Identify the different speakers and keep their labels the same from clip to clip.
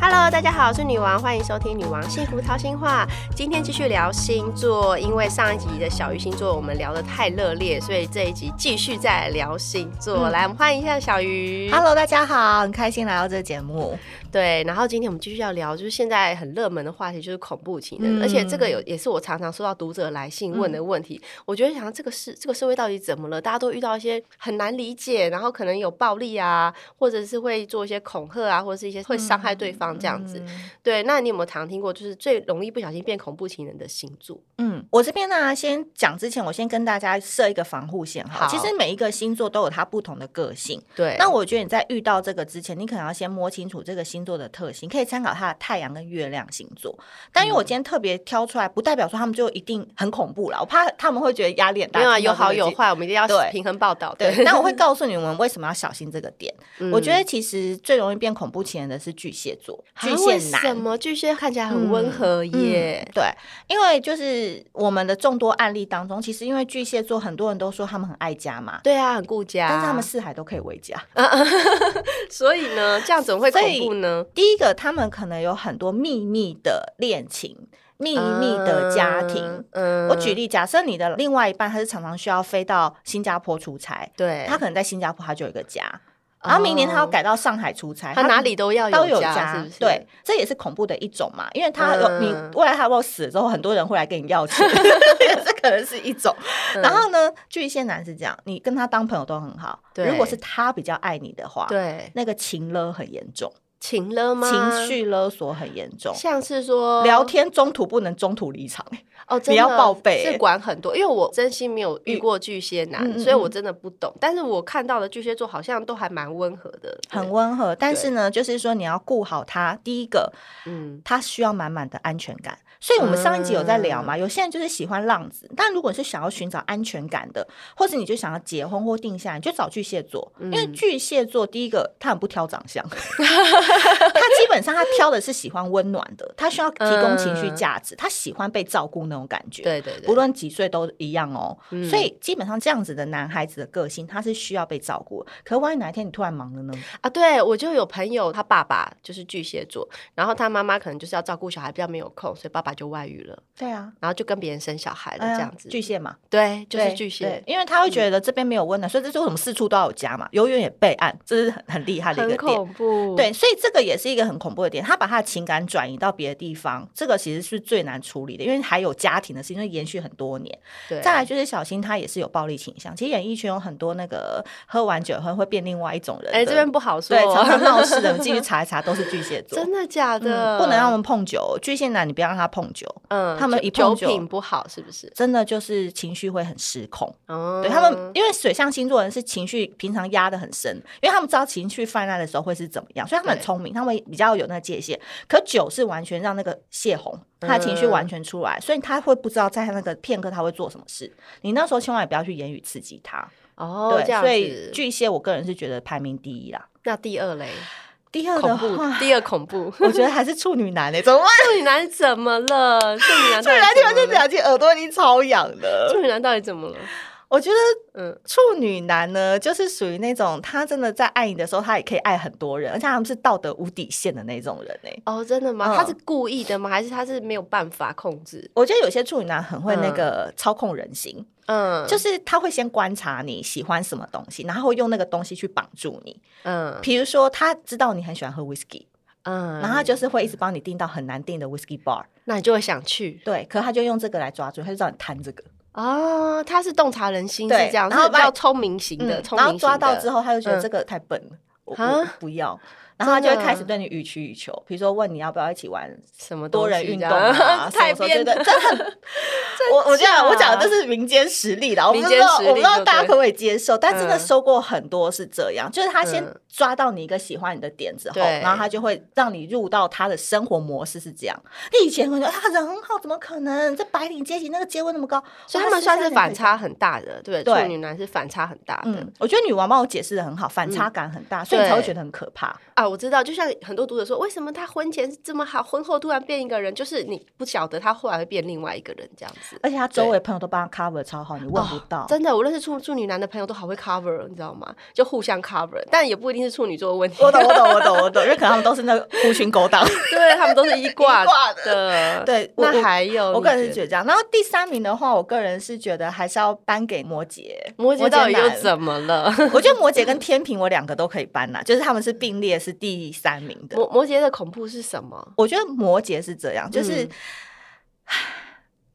Speaker 1: Hello，大家好，我是女王，欢迎收听《女王幸福掏心话》。今天继续聊星座，因为上一集的小鱼星座我们聊得太热烈，所以这一集继续再来聊星座。
Speaker 2: 嗯
Speaker 1: 来，我们欢迎一下小鱼。
Speaker 2: Hello，大家好，很开心来到这个节目。
Speaker 1: 对，然后今天我们继续要聊，就是现在很热门的话题，就是恐怖情人，
Speaker 2: 嗯
Speaker 1: 而且这个有也是我常常收到读者来信问的问题。
Speaker 2: 嗯
Speaker 1: 我觉得想这个是这个社会到底怎么了？大家都遇到一些很难理解，然后可能有暴力啊，或者是会做一些恐吓啊，或者是一些会伤害对方这样子。对，那你有没有常听过，就是最容易不小心变恐怖情人的星座？
Speaker 2: 嗯，我这边呢、先讲之前，我先跟大家设一个防护线
Speaker 1: 好
Speaker 2: 哈。其实每一个星座都有它不同的个性。
Speaker 1: 对，
Speaker 2: 那我觉得你在遇到这个之前，你可能要先摸清楚这个星座的特性，可以参考它的太阳跟月亮星座。但
Speaker 1: 嗯
Speaker 2: 因为我今天特别挑出来，不代表说他们就一定很恐怖啦，我怕他们会觉得压力很大。
Speaker 1: 没有啊，
Speaker 2: 听到
Speaker 1: 有
Speaker 2: 这个
Speaker 1: 好有
Speaker 2: 剧。
Speaker 1: 坏，我们一定要
Speaker 2: 对
Speaker 1: 平衡报道。
Speaker 2: 对， 那我会告诉你们为什么要小心这个点。
Speaker 1: 嗯
Speaker 2: 我觉得其实最容易变恐怖情人的是巨蟹座，
Speaker 1: 啊
Speaker 2: 巨
Speaker 1: 为
Speaker 2: 蟹男。
Speaker 1: 什么巨蟹看起来很温和耶
Speaker 2: 嗯？对，因为就是我们的众多案例当中，其实因为巨蟹座很多人都说他们很爱家嘛，
Speaker 1: 对啊，很顾家，
Speaker 2: 但是他们四海都可以为家。
Speaker 1: 所以呢，这样怎么会恐怖呢？
Speaker 2: 第一个，他们可能有很多秘密的恋情、秘密的家庭。
Speaker 1: 嗯，嗯
Speaker 2: 我举，例，假设你的另外一半他是常常需要飞到新加坡出差，
Speaker 1: 对，
Speaker 2: 他可能在新加坡他就有一个家，然后明年他要改到上海出差，
Speaker 1: 哦他哪里都要
Speaker 2: 都有
Speaker 1: 哦家，是不是？
Speaker 2: 对，，这也是恐怖的一种嘛，因为他有、
Speaker 1: 嗯
Speaker 2: 你未来他如果死了之后，很多人会来跟你 要钱，这可能是一种。
Speaker 1: 嗯
Speaker 2: 然后呢，巨蟹男是这样，你跟他当朋友都很好，
Speaker 1: 对
Speaker 2: 如果是他比较爱你的话，
Speaker 1: 对，
Speaker 2: 那个情勒很严重，
Speaker 1: 情了吗？
Speaker 2: 情，绪勒索很严重。
Speaker 1: 像是说
Speaker 2: 聊天中途不能中途离场，
Speaker 1: 哦，真的
Speaker 2: 你要报备
Speaker 1: 是管很多，因为我真心没有遇过巨蟹男，
Speaker 2: 嗯嗯嗯
Speaker 1: 所以我真的不懂。但是我看到的巨蟹座好像都还蛮温和的，对
Speaker 2: 很温和。但是呢，就是说你要顾好他。第一个，
Speaker 1: 嗯，
Speaker 2: 他需要满满的安全感。所以我们上一集有在聊
Speaker 1: 嗯
Speaker 2: 嘛，有些人就是喜欢浪子，但如果是想要寻找安全感的，或是你就想要结婚或定下来，你就找巨蟹座，
Speaker 1: 嗯
Speaker 2: 因为巨蟹座第一个他很不挑长 相，他基本上他挑的是喜欢温暖的，他需要提供情绪价值，他喜欢被照顾那种感觉。
Speaker 1: 嗯对对对，嗯
Speaker 2: 不论几岁都一样哦，所以基本上这样子的男孩子的个性，他是需要被照顾的。可万一哪一天你突然忙了呢？
Speaker 1: 啊，对我就有朋友，他爸爸就是巨蟹座，然后他妈妈可能就是要照顾小孩，比较没有空，所以爸爸就外遇了，
Speaker 2: 对啊，
Speaker 1: 然后就跟别人生小孩了，
Speaker 2: 哎呀
Speaker 1: 这样子。
Speaker 2: 巨蟹嘛，
Speaker 1: 对，嗯就是
Speaker 2: 对
Speaker 1: 巨蟹，，
Speaker 2: 对因为他会觉得这边没有温暖，所以这就是我们四处都要有家嘛，永远也备案，这是很很厉害的一
Speaker 1: 很
Speaker 2: 个点。
Speaker 1: 恐怖。
Speaker 2: 对，所以这个也是一个很恐怖的点，他把他的情感转移到别的地方，这个其实是最难处理的，因为还有家庭的事情，因为延续很多年。
Speaker 1: 对，
Speaker 2: 再来就是小新，他也是有暴力倾向。其实演艺圈有很多那个喝完酒后会变另外一种人的，
Speaker 1: 哎，这边不好说
Speaker 2: 对，常常闹事的， 你继续查一查，都是巨蟹座，
Speaker 1: 真的假的？
Speaker 2: 嗯不能让他们碰酒。巨蟹男，你不要让他碰酒，
Speaker 1: 嗯，
Speaker 2: 他们
Speaker 1: 酒
Speaker 2: 一碰
Speaker 1: 酒
Speaker 2: 就
Speaker 1: 品不好，是不是？
Speaker 2: 真的就是情绪会很失控。
Speaker 1: 哦，
Speaker 2: 对他们，因为水象星座人是情绪平常压得很深，因为他们知道情绪泛滥的时候会是怎么样，所以他们很
Speaker 1: 对
Speaker 2: 聪明，他们比较有那个界限。可酒是完全让那个泄洪，他的情绪
Speaker 1: 嗯
Speaker 2: 完全出来，所以他会不知道在他那个片刻他会做什么事。你那时候千万也不要去言语刺激他。
Speaker 1: 哦，这
Speaker 2: 对，
Speaker 1: 样
Speaker 2: 所以
Speaker 1: 子。
Speaker 2: 巨蟹我个人是觉得排名第一啦。
Speaker 1: 那第二嘞，
Speaker 2: 第二的
Speaker 1: 恐怖
Speaker 2: 话，，
Speaker 1: 第二恐怖，
Speaker 2: 我觉得还是处女男欸诶、怎么办？
Speaker 1: 处女男怎么了？处女男
Speaker 2: 处
Speaker 1: 到
Speaker 2: 女
Speaker 1: 底
Speaker 2: 男听完
Speaker 1: 怎
Speaker 2: 这
Speaker 1: 么了？
Speaker 2: 两句耳朵已经超痒了。
Speaker 1: 处女男到底怎么了？
Speaker 2: 我觉得
Speaker 1: 嗯，
Speaker 2: 处女男呢，就是属于那种他真的在爱你的时候，他也可以爱很多人，而且他们是道德无底线的那种人哎、
Speaker 1: 哦，真的吗？
Speaker 2: 嗯
Speaker 1: 他是故意的吗？还是他是没有办法控制？
Speaker 2: 我觉得有些处女男很会那个操控人心，
Speaker 1: 嗯，
Speaker 2: 就是他会先观察你喜欢什么东西，然后会用那个东西去绑住你。
Speaker 1: 嗯
Speaker 2: 比如说，他知道你很喜欢喝 whisky，
Speaker 1: 嗯，
Speaker 2: 然后他就是会一直帮你订到很难订的 whisky bar，
Speaker 1: 那你就会想去
Speaker 2: 对，可他就用这个来抓住，他就让你贪这个，
Speaker 1: 哦，他是洞察人心是
Speaker 2: 对
Speaker 1: 这样，
Speaker 2: 然后
Speaker 1: 是比
Speaker 2: 把
Speaker 1: 较
Speaker 2: 你
Speaker 1: 聪明型的，聪明
Speaker 2: 嗯然后抓
Speaker 1: 型
Speaker 2: 到
Speaker 1: 的
Speaker 2: 之后，他就觉
Speaker 1: 嗯
Speaker 2: 得这个太笨了，我我
Speaker 1: 啊
Speaker 2: 我不要。然后他就会
Speaker 1: 真的
Speaker 2: 开始对你予取予求，比如说问你要不要一起玩
Speaker 1: 什么
Speaker 2: 多
Speaker 1: 东
Speaker 2: 人
Speaker 1: 西
Speaker 2: 运
Speaker 1: 这
Speaker 2: 动
Speaker 1: 样
Speaker 2: 啊，
Speaker 1: 太
Speaker 2: 什么什么
Speaker 1: 变态
Speaker 2: 之类的，真的很。我我这样我讲的就是民间实例啦，我不
Speaker 1: 民
Speaker 2: 知
Speaker 1: 间
Speaker 2: 道
Speaker 1: 实
Speaker 2: 我不
Speaker 1: 例
Speaker 2: 知道
Speaker 1: 就
Speaker 2: 大家
Speaker 1: 对
Speaker 2: 可不可以接受，但真的
Speaker 1: 嗯
Speaker 2: 收过很多是这样，就是他先
Speaker 1: 嗯
Speaker 2: 抓到你一个喜欢你的点之后，
Speaker 1: 对
Speaker 2: 然后他就会让你入到他的生活模式是这样。你以前可能觉得啊人很好，怎么可能？这白领阶级那个结婚那么高，
Speaker 1: 所以
Speaker 2: 哇
Speaker 1: 他们算是反。
Speaker 2: 私下里可以嗯
Speaker 1: 差很大的，对不对，
Speaker 2: 对
Speaker 1: 处女男是反差很大的嗯
Speaker 2: 嗯，我觉得女王帮我解释的很好，反差感很大，所以你才会觉得很可怕。
Speaker 1: 啊。我知道，就像很多读者说，为什么他婚前这么好，婚后突然变一个人，就是你不晓得他后来会变另外一个人这样子。
Speaker 2: 而且他周围朋友都帮他 cover 超好，你问不到。
Speaker 1: 哦真的，我认识处处女男的朋友都好会 cover，你知道吗？就互相 cover，但也不一定是处女座的问题。
Speaker 2: 我懂，我懂，我懂，我懂，因为可能他们都是那个狐群狗党。
Speaker 1: 对他们都是一挂
Speaker 2: 一挂
Speaker 1: 的。
Speaker 2: 对，我
Speaker 1: 那还有，
Speaker 2: 我我个人是
Speaker 1: 你
Speaker 2: 觉
Speaker 1: 觉
Speaker 2: 得这样。然后第三名的话，我个人是觉得还是要颁给摩羯。
Speaker 1: 得摩羯到底又
Speaker 2: 男
Speaker 1: 怎么了？
Speaker 2: 我觉得摩 羯跟天平，我两个都可以搬啦，就是他们是并列是第三名的。
Speaker 1: 摩摩羯的恐怖是什么？
Speaker 2: 我觉得摩羯是这样，就是、
Speaker 1: 嗯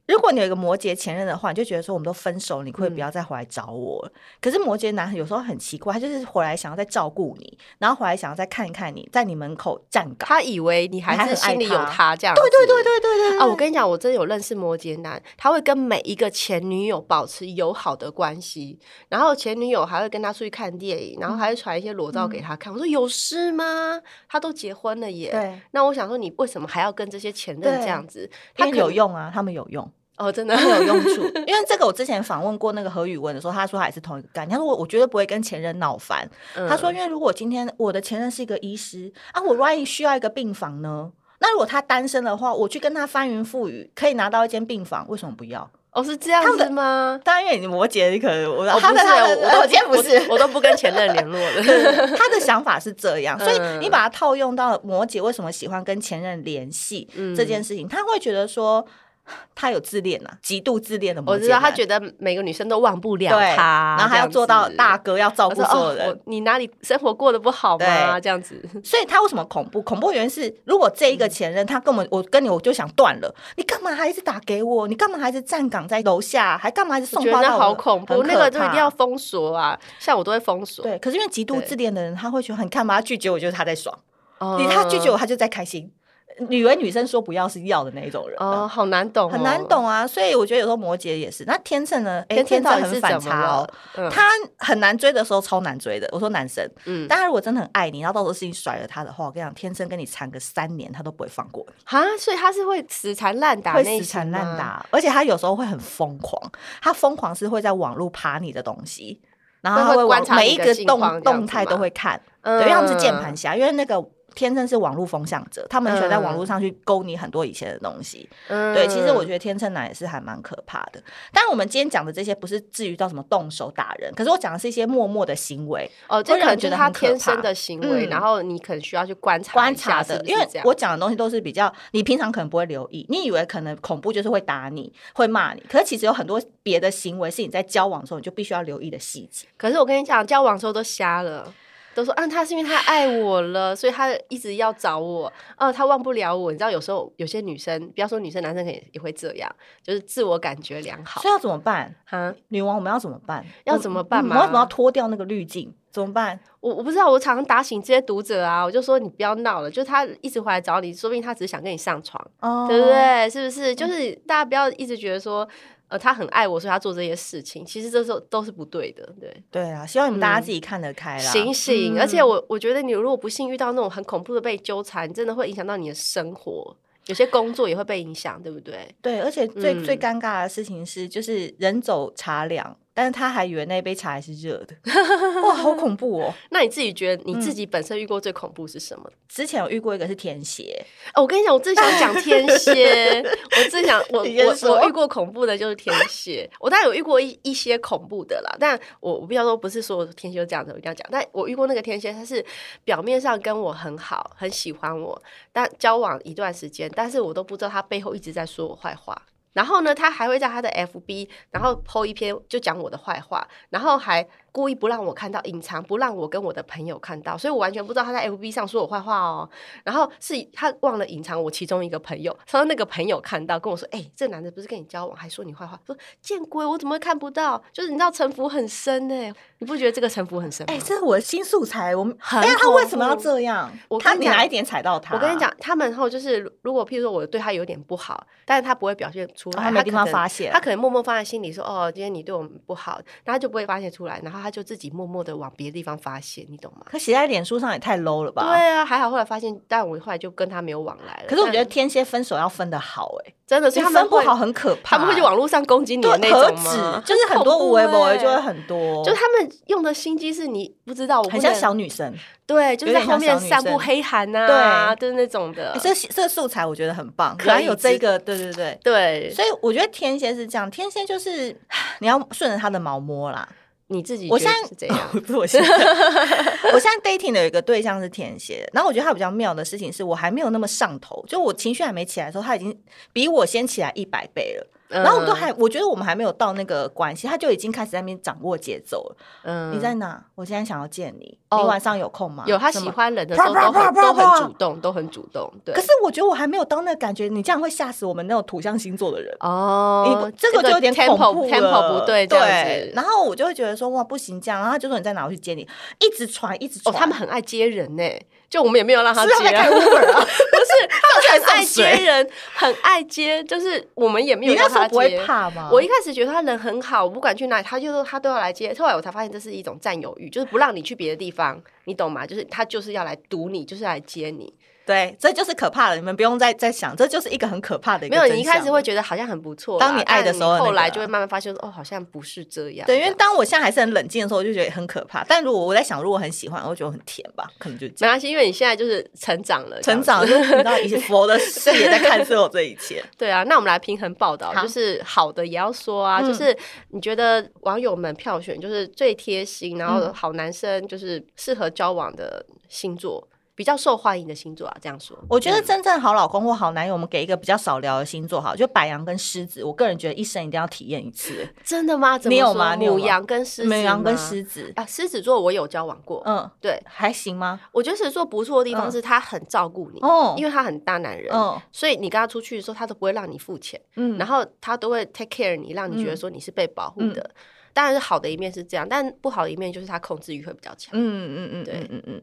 Speaker 2: 如果你有一个摩羯前任的话，你就觉得说我们都分手，你可不可以不要再回来找我了。可是摩羯男有时候很奇怪，他就是回来想要再照顾你，然后回来想要再看看你，在你门口站岗。
Speaker 1: 他以为你还
Speaker 2: 你还
Speaker 1: 是
Speaker 2: 很爱
Speaker 1: 心里有
Speaker 2: 他
Speaker 1: 他这样子。
Speaker 2: 对对对对对对
Speaker 1: 啊，我跟你讲，我真的有认识摩羯男，他会跟每一个前女友保持友好的关系，然后前女友还会跟他出去看电影，然后还会传一些裸照
Speaker 2: 嗯
Speaker 1: 给他看。我说有事吗？他都结婚了耶。
Speaker 2: 对，
Speaker 1: 那我想说，你为什么还要跟这些前任
Speaker 2: 对
Speaker 1: 这样子？他
Speaker 2: 他们
Speaker 1: 可
Speaker 2: 有用啊，他们有用，
Speaker 1: 哦， 真的
Speaker 2: 他们有用处。因为这个我之前访问过那个何宇文的时候，他说他也是同一个概念，他说我我绝对不会跟前任闹翻，他
Speaker 1: 嗯
Speaker 2: 说：“因为如果今天我的前任是一个医师啊，我万一需要一个病房呢？那如果他单身的话，我去跟他翻云覆雨，可以拿到一间病房，为什么不要？
Speaker 1: 哦是这样
Speaker 2: 他们的
Speaker 1: 子吗？
Speaker 2: 当然，因为你摩羯，你可能我、
Speaker 1: 哦，
Speaker 2: 他
Speaker 1: 不
Speaker 2: 的
Speaker 1: 是，
Speaker 2: 他
Speaker 1: 我
Speaker 2: 的
Speaker 1: 我
Speaker 2: 呃
Speaker 1: 都
Speaker 2: 我今天不是
Speaker 1: 我，我都不跟前任联络了。
Speaker 2: 他的想法是这样，所以
Speaker 1: 嗯
Speaker 2: 你把它套用到摩羯为什么喜欢跟前任联系
Speaker 1: 嗯
Speaker 2: 这件事情，他会觉得说他有自恋呐、极度自恋的摩羯
Speaker 1: 我
Speaker 2: 男，
Speaker 1: 知道，他觉得每个女生都忘不了
Speaker 2: 对，
Speaker 1: 他，
Speaker 2: 然后还要做到大
Speaker 1: 哥。
Speaker 2: 哥，要照
Speaker 1: 我
Speaker 2: 顾
Speaker 1: 说
Speaker 2: 所有
Speaker 1: 哦
Speaker 2: 人。，
Speaker 1: 我你哪里生活过得不好吗？
Speaker 2: 对
Speaker 1: 这样子，
Speaker 2: 所以他为什么恐怖？恐怖原因是，如果这一个
Speaker 1: 嗯
Speaker 2: 前任他根本我跟你我就想断了，你干嘛还一直打给我？你干嘛还是站岗在楼下？还干嘛还是
Speaker 1: 我
Speaker 2: 送
Speaker 1: 觉
Speaker 2: 花
Speaker 1: 得
Speaker 2: 到我
Speaker 1: 好恐怖，
Speaker 2: 很
Speaker 1: 那
Speaker 2: 可
Speaker 1: 个就一定
Speaker 2: 怕
Speaker 1: 要封锁啊！像我都会封锁，
Speaker 2: 对。可是因为极度
Speaker 1: 对
Speaker 2: 自恋的人，他会觉得你看嘛，他拒绝我就是他在爽，
Speaker 1: 哦
Speaker 2: 你他拒绝我他就在开心。以为女生说不要是要的那一种人啊、
Speaker 1: 哦，好难懂，
Speaker 2: 很难。懂啊。所以我觉得有时候摩羯也是。那天秤呢？哎、
Speaker 1: 天秤
Speaker 2: 天秤
Speaker 1: 到底
Speaker 2: 很
Speaker 1: 是
Speaker 2: 反
Speaker 1: 怎么
Speaker 2: 差哦
Speaker 1: 了。？嗯
Speaker 2: 他很难追的时候超难追的，我说男生，
Speaker 1: 嗯
Speaker 2: 但他如果真的很爱你，然后到时候事情甩了他的话，我跟你讲，天生跟你缠个三年，他都不会放过你。
Speaker 1: 哈，所以他是会死缠烂打，啊
Speaker 2: 会死缠烂。打，而且他有时候会很疯狂，他疯狂是会在网络爬你的东西。然后
Speaker 1: 会
Speaker 2: 他
Speaker 1: 会
Speaker 2: 往
Speaker 1: 观察
Speaker 2: 每
Speaker 1: 你
Speaker 2: 一
Speaker 1: 的
Speaker 2: 个
Speaker 1: 近况
Speaker 2: 动
Speaker 1: 这样
Speaker 2: 动
Speaker 1: 子
Speaker 2: 态都
Speaker 1: 吗
Speaker 2: 会看，
Speaker 1: 嗯
Speaker 2: 对，因为他们是键盘，侠，因为那个天生是网络风向者，他们喜欢在网络上去勾你很多以前的东西。
Speaker 1: 嗯
Speaker 2: 对，其实我觉得天秤男也是还蛮可怕的。但我们今天讲的这些不是至于到什么动手打人，可是我讲的是一些默默的行为，
Speaker 1: 哦，这
Speaker 2: 会
Speaker 1: 可
Speaker 2: 让
Speaker 1: 能
Speaker 2: 你
Speaker 1: 就
Speaker 2: 觉
Speaker 1: 是
Speaker 2: 得
Speaker 1: 他
Speaker 2: 很可
Speaker 1: 天生
Speaker 2: 怕
Speaker 1: 的行为，
Speaker 2: 嗯
Speaker 1: 然后你可能需要去观察
Speaker 2: 观
Speaker 1: 一下
Speaker 2: 察
Speaker 1: 是
Speaker 2: 的，
Speaker 1: 不是
Speaker 2: 因为
Speaker 1: 这样
Speaker 2: 我讲的东西都是比较你平常可能不会留意，你以为可能恐怖就是会打你、会骂你，可是其实有很多别的行为是你在交往的时候你就必须要留意的细节。
Speaker 1: 可是我跟你讲，交往的时候都瞎了。都说，啊，他是因为他爱我了，所以他一直要找我。哦，他忘不了我。你知道，有时候有些女生，不要说女生，男生可能也会这样，就是自我感觉良好
Speaker 2: 所以要怎么办？
Speaker 1: 哈。
Speaker 2: 女王，我们要怎么办？
Speaker 1: 要怎么办
Speaker 2: 我
Speaker 1: 吗
Speaker 2: 们要怎么要脱掉那个滤镜？怎么办？
Speaker 1: 我我不知道，我常常打醒这些读者啊，我就说你不要闹了，就是他一直回来找你，说不定他只是想跟你上床，
Speaker 2: 哦嗯
Speaker 1: 对不？对？是不是？就是大家不要一直觉得说，呃，他很爱我，所以他做这些事情，其实这时候都是不对的，对。
Speaker 2: 对啊，希望你们
Speaker 1: 嗯
Speaker 2: 大家自己看得开啦。
Speaker 1: 醒醒！
Speaker 2: 嗯
Speaker 1: 而且我我觉得你如果不幸遇到那种很恐怖的被纠缠，你真的会影响到你的生活，有些工作也会被影响，对不对？
Speaker 2: 对，而且最、
Speaker 1: 嗯
Speaker 2: 最尴尬的事情是，就是人走茶凉，但是他还以为那杯茶还是热 的，哇，好恐怖哦！
Speaker 1: 那你自己觉得你
Speaker 2: 嗯
Speaker 1: 自己本身遇过最恐怖是什么？
Speaker 2: 之前有遇过一个是天蝎，
Speaker 1: 哦，我跟你讲，我最想讲天 蝎，我最想我
Speaker 2: 你先
Speaker 1: 我
Speaker 2: 说
Speaker 1: 我遇过恐怖的就是天蝎，我当然有遇过一一些恐怖的啦，但我我必须要说，不是所有天蝎都这样子，我一定要讲。但我遇过那个天蝎，他是表面上跟我很好，很喜欢我，但交往一段时间，但是我都不知道他背后一直在说我坏话。然后呢，他还会在他的 FB，然后 PO 一篇就讲我的坏话，然后还故意不让我看到，隐藏不让我跟我的朋友看到，所以我完全不知道他在 FB 上说我坏话哦。然后是他忘了隐藏我其中一个朋友，他说那个朋友看到跟我说：“哎、这男的不是跟你交往，还说你坏话，说见鬼，我怎么会看不到？就是你知道城府很深哎、你不觉得这个城府很深吗？”
Speaker 2: 哎、这是我的新素材，我们
Speaker 1: 很
Speaker 2: 哎呀，他
Speaker 1: 恐
Speaker 2: 为什么要
Speaker 1: 怖
Speaker 2: 这样？
Speaker 1: 我
Speaker 2: 他
Speaker 1: 跟你
Speaker 2: 你
Speaker 1: 讲
Speaker 2: 哪一点踩到他？
Speaker 1: 我跟你讲，，他们后就是，如果譬如说我对他有点不好，但是他不会表现出来，
Speaker 2: 他没地
Speaker 1: 可
Speaker 2: 方
Speaker 1: 能
Speaker 2: 发泄
Speaker 1: 哦他可能默默放在心里说，哦，今天你对我们不好，然后他就不会发泄出来，然后话，他就自己默默的往别的地方发泄，你懂吗？
Speaker 2: 可写在脸书上也太 low 了吧？
Speaker 1: 对啊，还好后来发现，但我后来就跟他没有往来了。
Speaker 2: 可是我觉得
Speaker 1: 但
Speaker 2: 天蝎分手要分的好哎、
Speaker 1: 真的，所以他
Speaker 2: 就
Speaker 1: 们
Speaker 2: 分不
Speaker 1: 会
Speaker 2: 好，很可怕。
Speaker 1: 他们会去网络上攻击你的那
Speaker 2: 对何
Speaker 1: 种吗？
Speaker 2: 止，就是很多
Speaker 1: 恐
Speaker 2: 无
Speaker 1: 怖
Speaker 2: 为不为
Speaker 1: 欸
Speaker 2: 就会很多，
Speaker 1: 就他们用的心机是你不知道，我不
Speaker 2: 很像
Speaker 1: 能
Speaker 2: 小女生。
Speaker 1: 对，就是在
Speaker 2: 点
Speaker 1: 后
Speaker 2: 像
Speaker 1: 面
Speaker 2: 小女
Speaker 1: 散布
Speaker 2: 生
Speaker 1: 黑函呐、就是那种的
Speaker 2: 欸。这这素材我觉得很棒，
Speaker 1: 可
Speaker 2: 果然
Speaker 1: 以
Speaker 2: 有这
Speaker 1: 知
Speaker 2: 个，对对对。
Speaker 1: 对，
Speaker 2: 所以我觉得天蝎是这样，天蝎就是 你要顺着他的毛摸啦。
Speaker 1: 你自己
Speaker 2: 我
Speaker 1: 觉得
Speaker 2: 现在
Speaker 1: 是怎样？
Speaker 2: 不是 我现在， 我现在 dating 的有一个对象是天蝎，然后我觉得他比较妙的事情是我还没有那么上头，就我情绪还没起来的时候，他已经比我先起来一百倍了。
Speaker 1: 然
Speaker 2: 然后我们都还，我觉得我们还没有到那个关系，他就已经开始在那边掌握节奏了。
Speaker 1: 嗯
Speaker 2: 你在哪？我现在想要见你，
Speaker 1: 哦
Speaker 2: 你晚上有空吗？
Speaker 1: 有他
Speaker 2: 什
Speaker 1: 喜
Speaker 2: 么。
Speaker 1: 欢人的时
Speaker 2: 啪
Speaker 1: 候
Speaker 2: 啪
Speaker 1: 都很
Speaker 2: 啪
Speaker 1: 都
Speaker 2: 啪
Speaker 1: 很主动，都很主动。对
Speaker 2: 可，是我觉得我还没有到那个感觉，你这样会吓死我们那种土象星座的人。你不
Speaker 1: 哦，
Speaker 2: 这个就有点恐
Speaker 1: tempo
Speaker 2: 怖
Speaker 1: tempo
Speaker 2: 了
Speaker 1: 不对，这样
Speaker 2: 对。
Speaker 1: 子。
Speaker 2: 然后我就会觉得说哇不行这样，然后他就说你在哪我去接你，一直传一直
Speaker 1: 哦，
Speaker 2: 传，
Speaker 1: 他们很爱接人呢、就我们也没有让他
Speaker 2: 是
Speaker 1: 接
Speaker 2: 不是他们在
Speaker 1: 啊，
Speaker 2: 开 Uber 啊？
Speaker 1: 不是， 他们很爱
Speaker 2: 在
Speaker 1: 接
Speaker 2: 送
Speaker 1: 人，很爱接，就是我们也没
Speaker 2: 你
Speaker 1: 有
Speaker 2: 那
Speaker 1: 让
Speaker 2: 时候
Speaker 1: 他
Speaker 2: 不会
Speaker 1: 接。
Speaker 2: 怕吗？
Speaker 1: 我一开始觉得他人很好，我不管去哪里，他就说他都要来接。后来我才发现这是一种占有欲，就是不让你去别的地方，你懂吗？就是他就是要来堵你，就是来接你。
Speaker 2: 对，这就是可怕了，你们不用再再想，这就是一个很可怕的一个
Speaker 1: 没有，
Speaker 2: 真
Speaker 1: 你一开
Speaker 2: 相
Speaker 1: 始会觉得好像很不错啦，
Speaker 2: 当你爱的时候
Speaker 1: 但你
Speaker 2: 那
Speaker 1: 后
Speaker 2: 个
Speaker 1: 来就会慢慢发现说，哦，好像不是这样。
Speaker 2: 对，
Speaker 1: 这
Speaker 2: 因为
Speaker 1: 样
Speaker 2: 当我现在还是很冷静的时候，我就觉得很可怕。但如果我在想，如果很喜欢，我会觉得很甜吧，可能就这
Speaker 1: 没
Speaker 2: 样。
Speaker 1: 关系，因为你现在就是成长了，
Speaker 2: 成长
Speaker 1: 这样
Speaker 2: 就
Speaker 1: 子
Speaker 2: 是你知道，以前 佛的视野在看所有这一切。
Speaker 1: 对啊。那我们来平衡报道，
Speaker 2: 好
Speaker 1: 就是好的也要说啊，
Speaker 2: 嗯
Speaker 1: 就是你觉得网友们票选就是最贴心，然后
Speaker 2: 嗯
Speaker 1: 好男生就是适合交往的星座，比较受欢迎的星座啊，这样说。
Speaker 2: 我觉得
Speaker 1: 嗯
Speaker 2: 真正好老公或好男友，我们给一个比较少聊的星座好，就白羊跟狮子。我个人觉得一生一定要体验一次。
Speaker 1: 真的吗？怎么
Speaker 2: 你有
Speaker 1: 说
Speaker 2: 吗你有
Speaker 1: 母
Speaker 2: 吗
Speaker 1: 羊跟狮子吗，
Speaker 2: 美羊跟狮子，
Speaker 1: 啊，狮子座我有交往过，
Speaker 2: 嗯，
Speaker 1: 对
Speaker 2: 还行吗？
Speaker 1: 我觉得狮子座不错的地方
Speaker 2: 嗯
Speaker 1: 是他很照顾你，
Speaker 2: 哦
Speaker 1: 因为他很大男人，
Speaker 2: 嗯
Speaker 1: 所以你跟他出去的时候，他都不会让你付钱，
Speaker 2: 嗯
Speaker 1: 然后他都会 take care 你，让你觉得说你是被保护
Speaker 2: 嗯
Speaker 1: 的。当然是好的一面是这样，但不好的一面就是他控制欲会比较强。
Speaker 2: 嗯嗯嗯
Speaker 1: 对
Speaker 2: 嗯嗯嗯，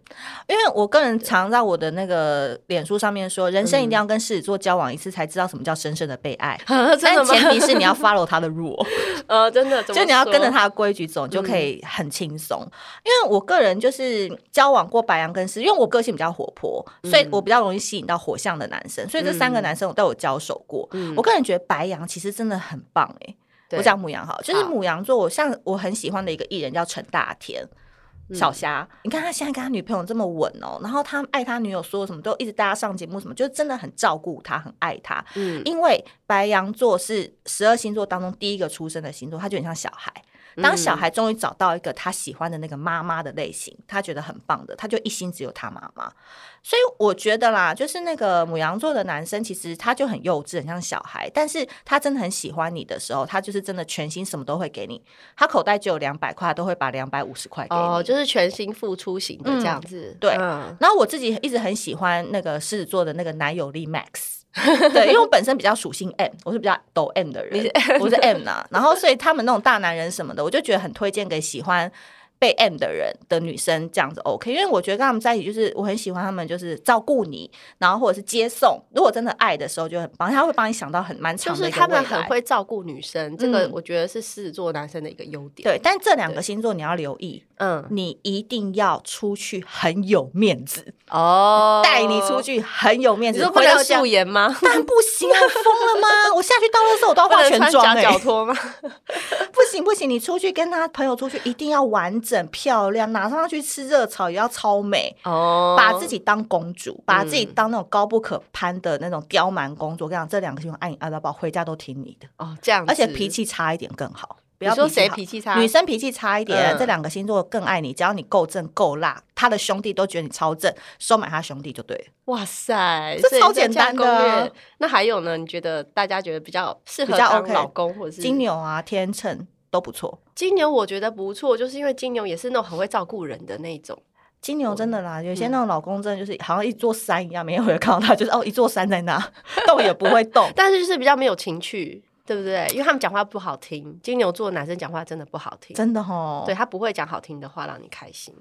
Speaker 2: 因为我个人常在我的那个脸书上面说，人生一定要跟狮子座交往一次，才知道什么叫深深的被 爱。但前提是你要 follow 他的 rule，
Speaker 1: 呃，真 的，怎么
Speaker 2: 嗯就你要跟着
Speaker 1: 说，
Speaker 2: 他的规矩走，你就可以很轻松。因为我个人就是交往过白羊跟狮，因为我个性比较活泼，
Speaker 1: 嗯
Speaker 2: 所以我比较容易吸引到火象的男生，所以这三个男生我都有交手过。
Speaker 1: 嗯
Speaker 2: 我个人觉得白羊其实真的很棒哎、
Speaker 1: 对
Speaker 2: 哦我讲母羊好，就是
Speaker 1: 好
Speaker 2: 母羊座，我像我很喜欢的一个艺人叫陈大天。
Speaker 1: 嗯
Speaker 2: 小虾，你看他现在跟他女朋友这么稳哦，然后他爱他女友，说什么都一直带他上节目，什么就是真的很照顾他，很爱他。
Speaker 1: 嗯，
Speaker 2: 因为白羊座是十二星座当中第一个出生的星座，他就很像小孩。
Speaker 1: 嗯
Speaker 2: 当小孩终于找到一个他喜欢的那个妈妈的类型，他觉得很棒的，他就一心只有他妈妈。所以我觉得啦，就是那个母羊座的男生，其实他就很幼稚，很像小孩，但是他真的很喜欢你的时候，他就是真的全心什么都会给你。他口袋只有两百块，他都会把两百五十块给你。
Speaker 1: 哦，就是全心付出型的这样子。
Speaker 2: 对
Speaker 1: 嗯
Speaker 2: 然后我自己一直很喜欢那个狮子座的那个男友力 Max，对，因为我本身比较属性 M，我是比较抖 M 的人，我是 M 呐、然后所以他们那种大男人什么的，我就觉得很推荐给喜欢。被 M 的人的女生这样子 OK，因为我觉得跟他们在一起就是我很喜欢他们，就是照顾你，然后或者是接送。如果真的爱的时候就很棒，他会帮你想到很蛮
Speaker 1: 就
Speaker 2: 长的
Speaker 1: 是
Speaker 2: 一个
Speaker 1: 他们
Speaker 2: 未来
Speaker 1: 很会照顾女生，这个
Speaker 2: 嗯
Speaker 1: 我觉得是狮子座男生的一个优点。
Speaker 2: 对，但这两个星座你要留意，
Speaker 1: 嗯，
Speaker 2: 你一定要出去很有面子，
Speaker 1: 哦，
Speaker 2: 带你出，去很有面
Speaker 1: 你
Speaker 2: 子，
Speaker 1: 说不
Speaker 2: 回
Speaker 1: 能
Speaker 2: 到家
Speaker 1: 素颜 吗？
Speaker 2: 但不行啊，疯了吗？ 我下去到的时候我都要
Speaker 1: 不
Speaker 2: 化
Speaker 1: 能
Speaker 2: 全
Speaker 1: 穿
Speaker 2: 妆
Speaker 1: 夹
Speaker 2: 哎、
Speaker 1: 脚拖吗？
Speaker 2: 不行不行，你出去跟他朋友出去一定要完整漂亮，哪上去吃热炒也要超美。
Speaker 1: 哦
Speaker 2: 欸
Speaker 1: 嗯
Speaker 2: 把自己当公主，把自己当那种高不可攀的那种刁蛮公主。我跟你讲，这两个星座哎爱你爱到爆，回家都听你的，
Speaker 1: 哦这样子，
Speaker 2: 而且脾气差一点更好。不
Speaker 1: 你
Speaker 2: 要
Speaker 1: 说
Speaker 2: 脾气
Speaker 1: 谁
Speaker 2: 好
Speaker 1: 脾气差？
Speaker 2: 女生脾气差一点，
Speaker 1: 嗯
Speaker 2: 这两个星座更爱你。只要你够正够辣，他的兄弟都觉得你超正，收买他兄弟就对了。
Speaker 1: 哇塞，
Speaker 2: 这
Speaker 1: 所以
Speaker 2: 超
Speaker 1: 这
Speaker 2: 简
Speaker 1: 样
Speaker 2: 单的
Speaker 1: 攻略
Speaker 2: 啊
Speaker 1: 那还有呢？你觉得大家觉得比较适合
Speaker 2: 比较
Speaker 1: 当
Speaker 2: OK
Speaker 1: 老公，或者是
Speaker 2: 金？牛啊，天秤都不错。
Speaker 1: 金牛我觉得不错，就是因为金牛也是那种很会照顾人的那种。
Speaker 2: 金牛真的啦，有些那种老公真的就是好像一座山一样，没有人看到他，就是哦一座山在那，动也不会动。
Speaker 1: 但是就是比较没有情趣，对不对？因为他们讲话不好听，金牛座男生讲话真的不好听，
Speaker 2: 真的哦，
Speaker 1: 对他不会讲好听的话让你开心。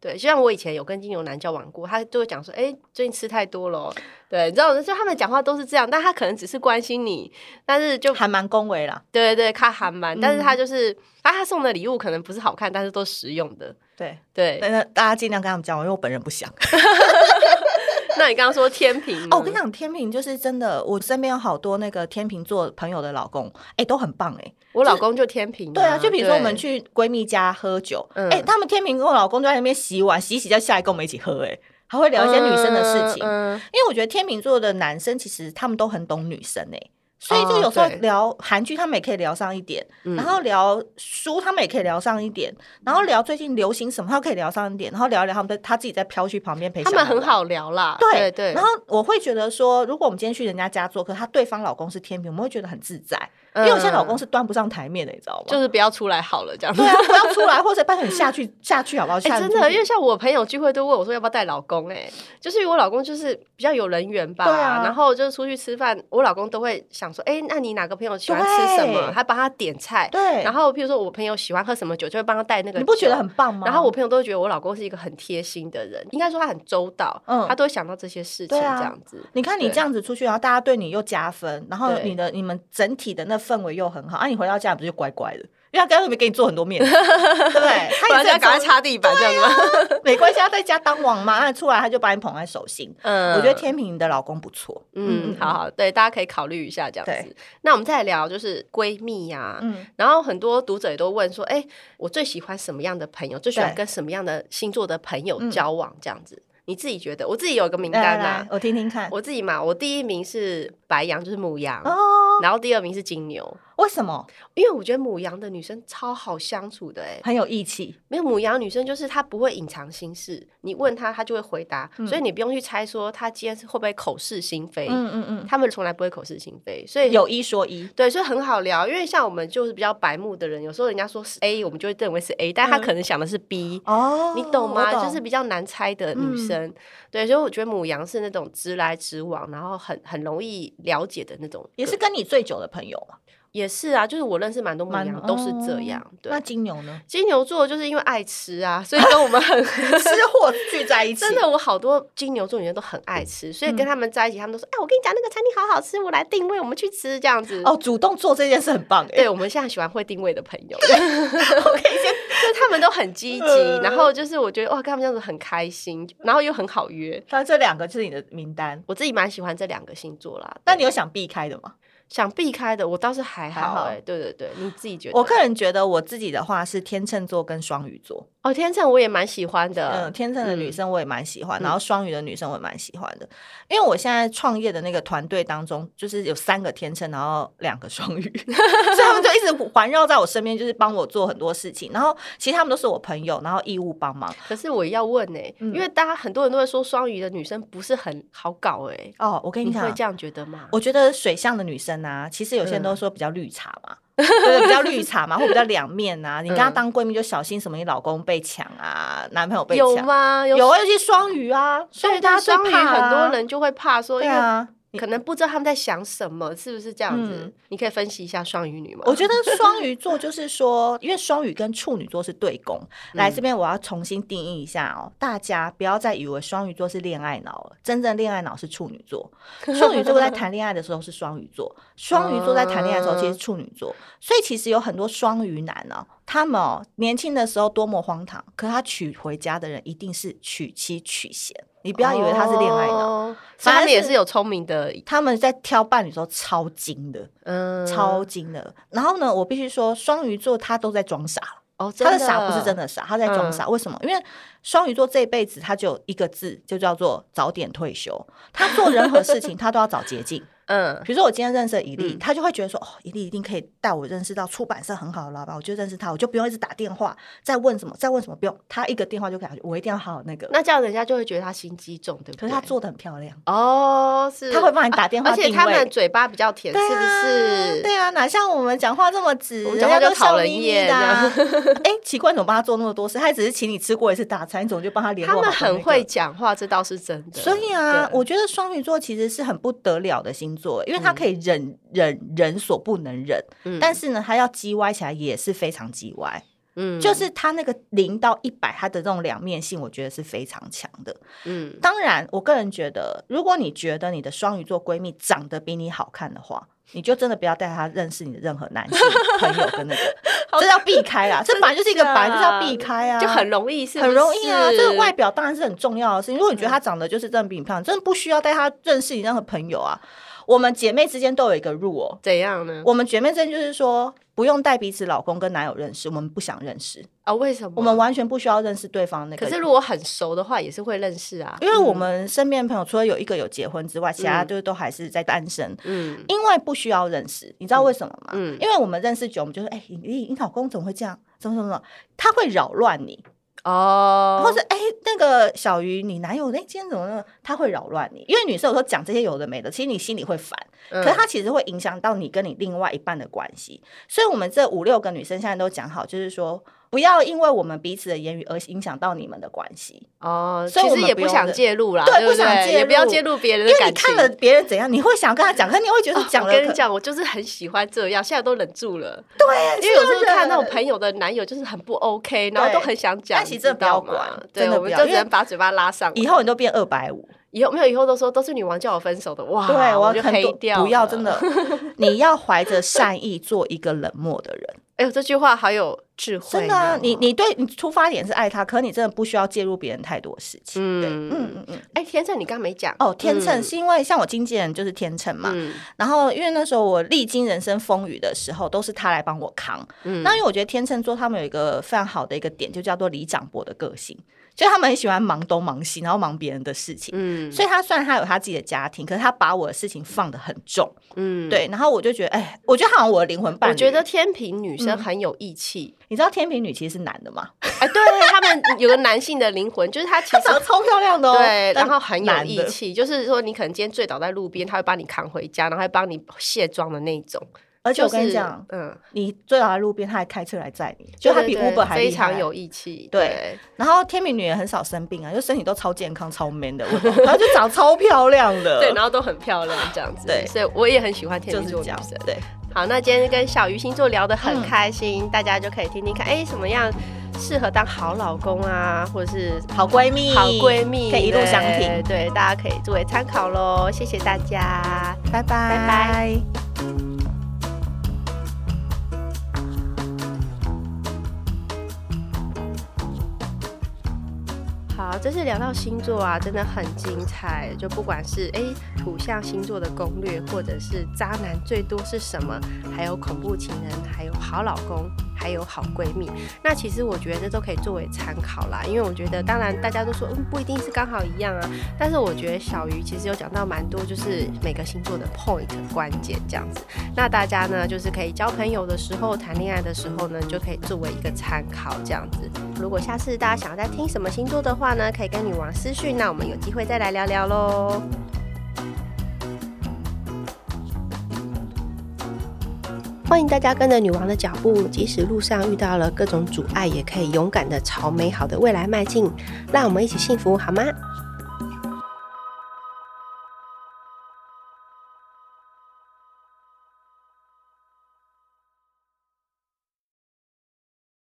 Speaker 1: 对，就像我以前有跟金牛男交往过，他就会讲说：“哎、最近吃太多了哦。”对，你知道，就他们讲话都是这样，但他可能只是关心你，但是就
Speaker 2: 还蛮恭维啦。
Speaker 1: 对对，他韩蛮，但是他就是，啊，他送的礼物可能不是好看，但是都实用的。
Speaker 2: 对，
Speaker 1: 对，
Speaker 2: 那那大家尽量跟他们交往，因为我本人不想。
Speaker 1: 那你刚刚说天平吗，
Speaker 2: 哦，我跟你讲，天秤就是真的，我身边有好多那个天秤座朋友的老公，哎、都很棒哎、
Speaker 1: 我老公就天平、
Speaker 2: 对啊，就比如说我们
Speaker 1: 对
Speaker 2: 去闺蜜家喝酒，哎、
Speaker 1: 嗯
Speaker 2: 他们天秤跟我老公就在那边洗碗，洗一洗再下来跟我们一起喝、哎，还会聊一些女生的事情。
Speaker 1: 嗯嗯
Speaker 2: 因为我觉得天秤座的男生其实他们都很懂女生哎、所以就
Speaker 1: 哦
Speaker 2: 有时候
Speaker 1: 对
Speaker 2: 聊韩剧，他们也可以聊上一点；
Speaker 1: 嗯
Speaker 2: 然后聊书，他们也可以聊上一点；然后聊最近流行什么，他可以聊上一点；然后聊一聊他们在他自己在飘去旁边陪
Speaker 1: 他
Speaker 2: 小
Speaker 1: 们
Speaker 2: 孩
Speaker 1: 很
Speaker 2: 玩
Speaker 1: 好聊啦。
Speaker 2: 对
Speaker 1: 对对，
Speaker 2: 然后我会觉得说，如果我们今天去人家家做客，他对方老公是天平，我们会觉得很自在，因为有些老公
Speaker 1: 嗯
Speaker 2: 是端不上台面的，你知道吗？
Speaker 1: 就是不要出来好了，这样子
Speaker 2: 对。啊，不要出来，或者拜托你下去下去好不 好？
Speaker 1: 哎、
Speaker 2: 下去
Speaker 1: 真的，因为像我朋友聚会都问我说要不要带老公、哎，就是因为我老公就是比较有人缘吧，
Speaker 2: 对啊
Speaker 1: 然后就是出去吃饭，我老公都会想说，哎、那你哪个朋友喜欢吃什么，
Speaker 2: 对
Speaker 1: 还帮他点菜。
Speaker 2: 对，
Speaker 1: 然后譬如说我朋友喜欢喝什么酒，就会帮他带那个
Speaker 2: 你不觉得
Speaker 1: 酒
Speaker 2: 很棒吗？
Speaker 1: 然后我朋友都会觉得我老公是一个很贴心的人，应该说他很周到，
Speaker 2: 嗯
Speaker 1: 他都会想到这些事情
Speaker 2: 对
Speaker 1: 这
Speaker 2: 啊
Speaker 1: 样子。
Speaker 2: 你看你
Speaker 1: 对
Speaker 2: 这样子出去，然后大家对你又加分，然后
Speaker 1: 对
Speaker 2: 你的你们整体的那氛围又很好，啊，你回到家不是就乖乖的？因为他刚刚没给你做很多 面子，对不对？
Speaker 1: 不
Speaker 2: 他
Speaker 1: 然
Speaker 2: 也
Speaker 1: 就要
Speaker 2: 是
Speaker 1: 赶快
Speaker 2: 擦，
Speaker 1: 擦地板这样子吗。
Speaker 2: 没关系，他在家当王嘛，那出来他就把你捧在手心。
Speaker 1: 嗯
Speaker 2: 我觉得天平的老公不错，
Speaker 1: 嗯，好好，对，大家可以考虑一下这样
Speaker 2: 对
Speaker 1: 子。那我们再来聊就是闺蜜呀、
Speaker 2: 嗯，
Speaker 1: 然后很多读者也都问说，哎、我最喜欢什么样的朋友？最喜欢
Speaker 2: 对
Speaker 1: 跟什么样的星座的朋友
Speaker 2: 嗯
Speaker 1: 交往？这样子，你自己觉得？我自己有一个名
Speaker 2: 来
Speaker 1: 单
Speaker 2: 来
Speaker 1: 啦、
Speaker 2: 来，我听听看。
Speaker 1: 啊我自己嘛，我第一名是白羊，就是母羊，
Speaker 2: 哦，
Speaker 1: 然后第二名是金牛，
Speaker 2: 为什么
Speaker 1: 因为我觉得母羊的女生超好相处的、哎，
Speaker 2: 很有义气？
Speaker 1: 没有母羊女生就是她不会隐藏心事，你问她她就会回答，所以你不用去猜说她今天是会不会口是心非，
Speaker 2: 嗯嗯
Speaker 1: 他们从来不会口是心非，所以
Speaker 2: 嗯，有一说一，
Speaker 1: 对，所以很好聊，因为像我们就是比较白目的人，有时候人家说是 A，我们就会认为是 A，但他可能想的是 B，、
Speaker 2: 嗯哦
Speaker 1: 你懂吗？
Speaker 2: 我嗯
Speaker 1: 就是比较难猜的女生。对，所以我觉得母羊是那种直来直往，然后很很容易了解的那种。
Speaker 2: 也是跟你最久的朋友嘛，
Speaker 1: 也是啊，就是我认识蛮多母
Speaker 2: 蛮
Speaker 1: 羊都是这样。
Speaker 2: 哦
Speaker 1: 对？
Speaker 2: 那，金牛呢
Speaker 1: 金牛座就是因为爱吃啊，所以跟我们很
Speaker 2: 吃货聚在一起，
Speaker 1: 真的，我好多金牛座女生都很爱吃，所以
Speaker 2: 嗯
Speaker 1: 跟他们在一起，他们都说：“哎、我跟你讲，那个餐厅好好吃，我来定位，我们去吃这样子。”
Speaker 2: 哦，主动做这件事很棒哎
Speaker 1: 对，。我们现在喜欢会定位的朋友， 就他们都很积极，
Speaker 2: 嗯
Speaker 1: 然后就是我觉得哇，跟他们这样子很开心，然后又很好约。
Speaker 2: 那这两个就是你的名单，
Speaker 1: 我自己蛮喜欢这两个星座啦，
Speaker 2: 那你有想避开的吗？
Speaker 1: 想避开的，我倒是还
Speaker 2: 还
Speaker 1: 好
Speaker 2: 好
Speaker 1: 哎、对对对，你自己觉得？
Speaker 2: 我个人觉得我自己的话是天秤座跟双鱼座，
Speaker 1: 哦，天秤我也蛮喜欢
Speaker 2: 嗯、
Speaker 1: 的，
Speaker 2: 天秤的女生我也蛮喜欢，
Speaker 1: 嗯
Speaker 2: 然后双鱼的女生我也蛮喜欢的，因为我现在创业的那个团队当中，就是有三个天秤，然后两个双鱼， 所以他们就一 直环绕在我身边，就是帮我做很多事情。然后其实他们都是我朋友，然后义务帮忙。
Speaker 1: 可是我要问哎、
Speaker 2: 嗯
Speaker 1: 因为大家很多人都会说双鱼的女生不是很好搞哎、
Speaker 2: 哦，我跟
Speaker 1: 你
Speaker 2: 你讲
Speaker 1: 会，这样觉得吗？
Speaker 2: 我觉得水象的女生啊，其实有些人都说比较绿茶嘛， 对，比较绿茶嘛，或比较两面啊。你跟她
Speaker 1: 嗯
Speaker 2: 当闺蜜就小心什么，你老公被抢啊，男朋友被
Speaker 1: 有
Speaker 2: 抢。
Speaker 1: 吗？有
Speaker 2: 有啊，尤其双鱼啊，双
Speaker 1: 所
Speaker 2: 鱼
Speaker 1: 以
Speaker 2: 大
Speaker 1: 大
Speaker 2: 家
Speaker 1: 家
Speaker 2: 最
Speaker 1: 双鱼
Speaker 2: 怕啊
Speaker 1: 很多人就会怕说，
Speaker 2: 对
Speaker 1: 因为
Speaker 2: 啊。
Speaker 1: 可能不知道他们在想什么，是不是这样子？
Speaker 2: 嗯
Speaker 1: 你可以分析一下双鱼女 吗？
Speaker 2: 我觉得双鱼座就是说，因为双鱼跟处女座是对宫。来这边我要重新定义一下哦，大家不要再以为双鱼座是恋爱脑了，真正恋爱脑是处女座。处女座在谈恋爱的时候是双鱼座，双鱼座在谈恋爱的时候其实是处女座，所以其实有很多双鱼男呢、他们哦年轻的时候多么荒唐，可他娶回家的人一定是娶妻娶贤，你不要以为他是恋爱脑，
Speaker 1: 哦所以
Speaker 2: 反而
Speaker 1: 他们也
Speaker 2: 是嗯
Speaker 1: 是有聪明的，
Speaker 2: 他们在挑伴侣的时候超精的。
Speaker 1: 嗯，
Speaker 2: 超精的。然后呢，我必须说，双鱼座他都在装傻，
Speaker 1: 哦，真
Speaker 2: 他的傻不是真
Speaker 1: 的，嗯
Speaker 2: 的傻，他在装傻。为什么？因为双鱼座这一辈子他只有一个字，就叫做早点退休。他做任何事情，他都要找捷径。
Speaker 1: 嗯，
Speaker 2: 比如说，我今天认识了一粒，
Speaker 1: 嗯
Speaker 2: 他就会觉得说，哦，一粒一定可以带我认识到出版社很好的老板，我就认识他，我就不用一直打电话，再问什么，再问什么，不用，他一个电话就可以打去，我一定要好好那个。
Speaker 1: 那这样人家就会觉得他心机重，对不对？
Speaker 2: 可是他做的很漂亮，
Speaker 1: 哦，是
Speaker 2: 他会帮你打电话
Speaker 1: 而且
Speaker 2: 定
Speaker 1: 他
Speaker 2: 位
Speaker 1: 们嘴巴比较甜，
Speaker 2: 对
Speaker 1: 是不
Speaker 2: 啊
Speaker 1: 是？
Speaker 2: 对啊，哪像我们讲话这么直，
Speaker 1: 我
Speaker 2: 人
Speaker 1: 们
Speaker 2: 家
Speaker 1: 讲话
Speaker 2: 都
Speaker 1: 就讨
Speaker 2: 笑
Speaker 1: 人
Speaker 2: 眯眯
Speaker 1: 厌
Speaker 2: 的、啊。 哎、奇怪，你怎么帮他做那么多事？他只是请你吃过一次大餐，你怎么就帮他联络
Speaker 1: 他
Speaker 2: 好
Speaker 1: 们
Speaker 2: 多那
Speaker 1: 很
Speaker 2: 个
Speaker 1: 会讲话，这倒是真的。
Speaker 2: 所以啊，
Speaker 1: 对
Speaker 2: 我觉得双鱼座其实是很不得了的星座，因为他可以忍、忍人所不能忍，
Speaker 1: 嗯
Speaker 2: 但是呢，他要叽歪起来也是非常叽歪。
Speaker 1: 嗯，
Speaker 2: 就是他那个零到一百，他的这种两面性，我觉得是非常强的。
Speaker 1: 嗯
Speaker 2: 当然，我个人觉得，如果你觉得你的双鱼座闺蜜长得比你好看的话，你就真的不要带她认识你的任何 男性朋友跟那个，这要避开啦。这本来就是一个，
Speaker 1: 假
Speaker 2: 本来就是要避开啊，
Speaker 1: 就很容易，是不
Speaker 2: 很容易啊。
Speaker 1: 是嗯
Speaker 2: 这个外表当然是很重要的事情。如果你觉得她长得就是真的比你漂亮，真的不需要带她认识你任何朋友啊。我们姐妹之间都有一个 rule，哦
Speaker 1: 怎样呢？
Speaker 2: 我们姐妹之间就是说，不用带彼此老公跟男友认识，我们不想认识，
Speaker 1: 啊，为什么？
Speaker 2: 我们完全不需要认识对方那个。
Speaker 1: 可是如果很熟的话，也是会认识啊。
Speaker 2: 因为我们身边的朋友除了有一个有结婚之外，其他就是都还是在单身。
Speaker 1: 嗯
Speaker 2: 因为不需要认识，你知道为什么吗？
Speaker 1: 嗯
Speaker 2: 因为我们认识久，我们就说，哎、你你你老公怎么会这样？怎么怎么怎么？他会扰乱你，
Speaker 1: 哦，
Speaker 2: 或者哎、那个小鱼，你男友那今天怎么了？他会扰乱你，因为女生有时候讲这些有的没的，其实你心里会烦，
Speaker 1: 嗯
Speaker 2: 可是它其实会影响到你跟你另外一半的关系。所以，我们这五六个女生现在都讲好，就是说。不要因为我们彼此的言语而影响到你们的关系，
Speaker 1: 哦，
Speaker 2: 所以
Speaker 1: 其
Speaker 2: 我
Speaker 1: 实
Speaker 2: 们
Speaker 1: 也
Speaker 2: 不
Speaker 1: 不
Speaker 2: 用
Speaker 1: 想
Speaker 2: 认
Speaker 1: 介入啦，
Speaker 2: 对
Speaker 1: 对，
Speaker 2: 不想介
Speaker 1: 也不要
Speaker 2: 入
Speaker 1: 介入别人
Speaker 2: 因
Speaker 1: 的
Speaker 2: 为你
Speaker 1: 感情。
Speaker 2: 看了别人怎样，你会想跟他讲，可是你会觉得讲
Speaker 1: 哦我
Speaker 2: 了可，哎
Speaker 1: 跟你讲，我就是很喜欢这样，现在都忍住了。对，因为有时候
Speaker 2: 是的
Speaker 1: 看那种朋友的男友就是很不 OK，然后
Speaker 2: 对
Speaker 1: 都很想讲，
Speaker 2: 但其实真的不要
Speaker 1: 你知道吗
Speaker 2: 管
Speaker 1: 对，
Speaker 2: 真的
Speaker 1: 我
Speaker 2: 不
Speaker 1: 们
Speaker 2: 要
Speaker 1: 就
Speaker 2: 因
Speaker 1: 只
Speaker 2: 为
Speaker 1: 能把嘴巴拉上。
Speaker 2: 以后你都变二百五，
Speaker 1: 以后没有以后都说都是女王叫我分手的，哇，
Speaker 2: 对
Speaker 1: 啊我
Speaker 2: 我
Speaker 1: 就
Speaker 2: 很
Speaker 1: 黑
Speaker 2: 多
Speaker 1: 掉，
Speaker 2: 不要 真。的，你要怀着善意做一个冷漠的人，
Speaker 1: 哎呦，这句话好有智慧哦，
Speaker 2: 真的啊、你你对你出发点是爱他，可你真的不需要介入别人太多事情。对嗯
Speaker 1: 嗯，
Speaker 2: 嗯嗯嗯。
Speaker 1: 哎，天秤你刚没讲
Speaker 2: 哦，天秤
Speaker 1: 嗯
Speaker 2: 是因为像我经纪人就是天秤嘛，
Speaker 1: 嗯
Speaker 2: 然后因为那时候我历经人生风雨的时候，都是他来帮我扛。
Speaker 1: 嗯
Speaker 2: 那因为我觉得天秤座他们有一个非常好的一个点，就叫做李长伯的个性，就他们很喜欢忙东忙西，然后忙别人的事情。
Speaker 1: 嗯
Speaker 2: 所以他虽然他有他自己的家庭，可是他把我的事情放得很重，
Speaker 1: 嗯，
Speaker 2: 对。然后我就觉得，哎，我觉得他好像我的灵魂伴侣。嗯
Speaker 1: 我觉得天平女生很有义气，
Speaker 2: 你知道天平女其实是男的嘛，
Speaker 1: 哎，对他们有个男性的灵魂，就是他其
Speaker 2: 她
Speaker 1: 实
Speaker 2: 长得超漂亮的哦，
Speaker 1: 对，
Speaker 2: 但
Speaker 1: 然后很有
Speaker 2: 男
Speaker 1: 义
Speaker 2: 的
Speaker 1: 气，就是说你可能今天醉倒在路边，他会帮你扛回家，然后还帮你卸妆的那种。
Speaker 2: 而且
Speaker 1: 就
Speaker 2: 我
Speaker 1: 是
Speaker 2: 跟你讲，
Speaker 1: 嗯，
Speaker 2: 你醉倒在路边，他还开车来载你，就他
Speaker 1: 对
Speaker 2: 比
Speaker 1: 对
Speaker 2: Uber 还厉
Speaker 1: 非
Speaker 2: 害
Speaker 1: 常有义气。
Speaker 2: 对
Speaker 1: 对，
Speaker 2: 然后天秤女也很少生病啊，就身体都超健康、超 man 的，我懂然后就长得超漂亮的，
Speaker 1: 对，然后都很漂亮这样子。
Speaker 2: 对
Speaker 1: 所以我也很喜欢天
Speaker 2: 就
Speaker 1: 秤
Speaker 2: 是
Speaker 1: 座
Speaker 2: 这
Speaker 1: 女
Speaker 2: 样
Speaker 1: 生。，
Speaker 2: 对，
Speaker 1: 好，那今天跟小鱼星座聊得
Speaker 2: 嗯
Speaker 1: 很开心，大家就可以听听看，哎，什么样适合当好老公啊，或者是。
Speaker 2: 好闺蜜，
Speaker 1: 好闺蜜
Speaker 2: 可以一路相挺，
Speaker 1: 对，对，大家可以作为参考喽。谢谢大家。
Speaker 2: 拜拜拜
Speaker 1: 拜。好，这次聊到星座啊，真的很精彩。就不管是诶土象星座的攻略，或者是渣男最多是什么，还有恐怖情人，还有好老公，还有好闺蜜。那其实我觉得这都可以作为参考啦，因为我觉得，当然大家都说，嗯，不一定是刚好一样啊。但是我觉得小鱼其实有讲到蛮多，就是每个星座的 point 关键这样子。那大家呢，就是可以交朋友的时候、谈恋爱的时候呢，就可以作为一个参考这样子。如果下次大家想要再听什么星座的话呢，可以跟女王私讯，那我们有机会再来聊聊喽。欢迎大家跟着女王的脚步，即使路上遇到了各种阻碍，也可以勇敢的朝美好的未来迈进。让我们一起幸福好吗？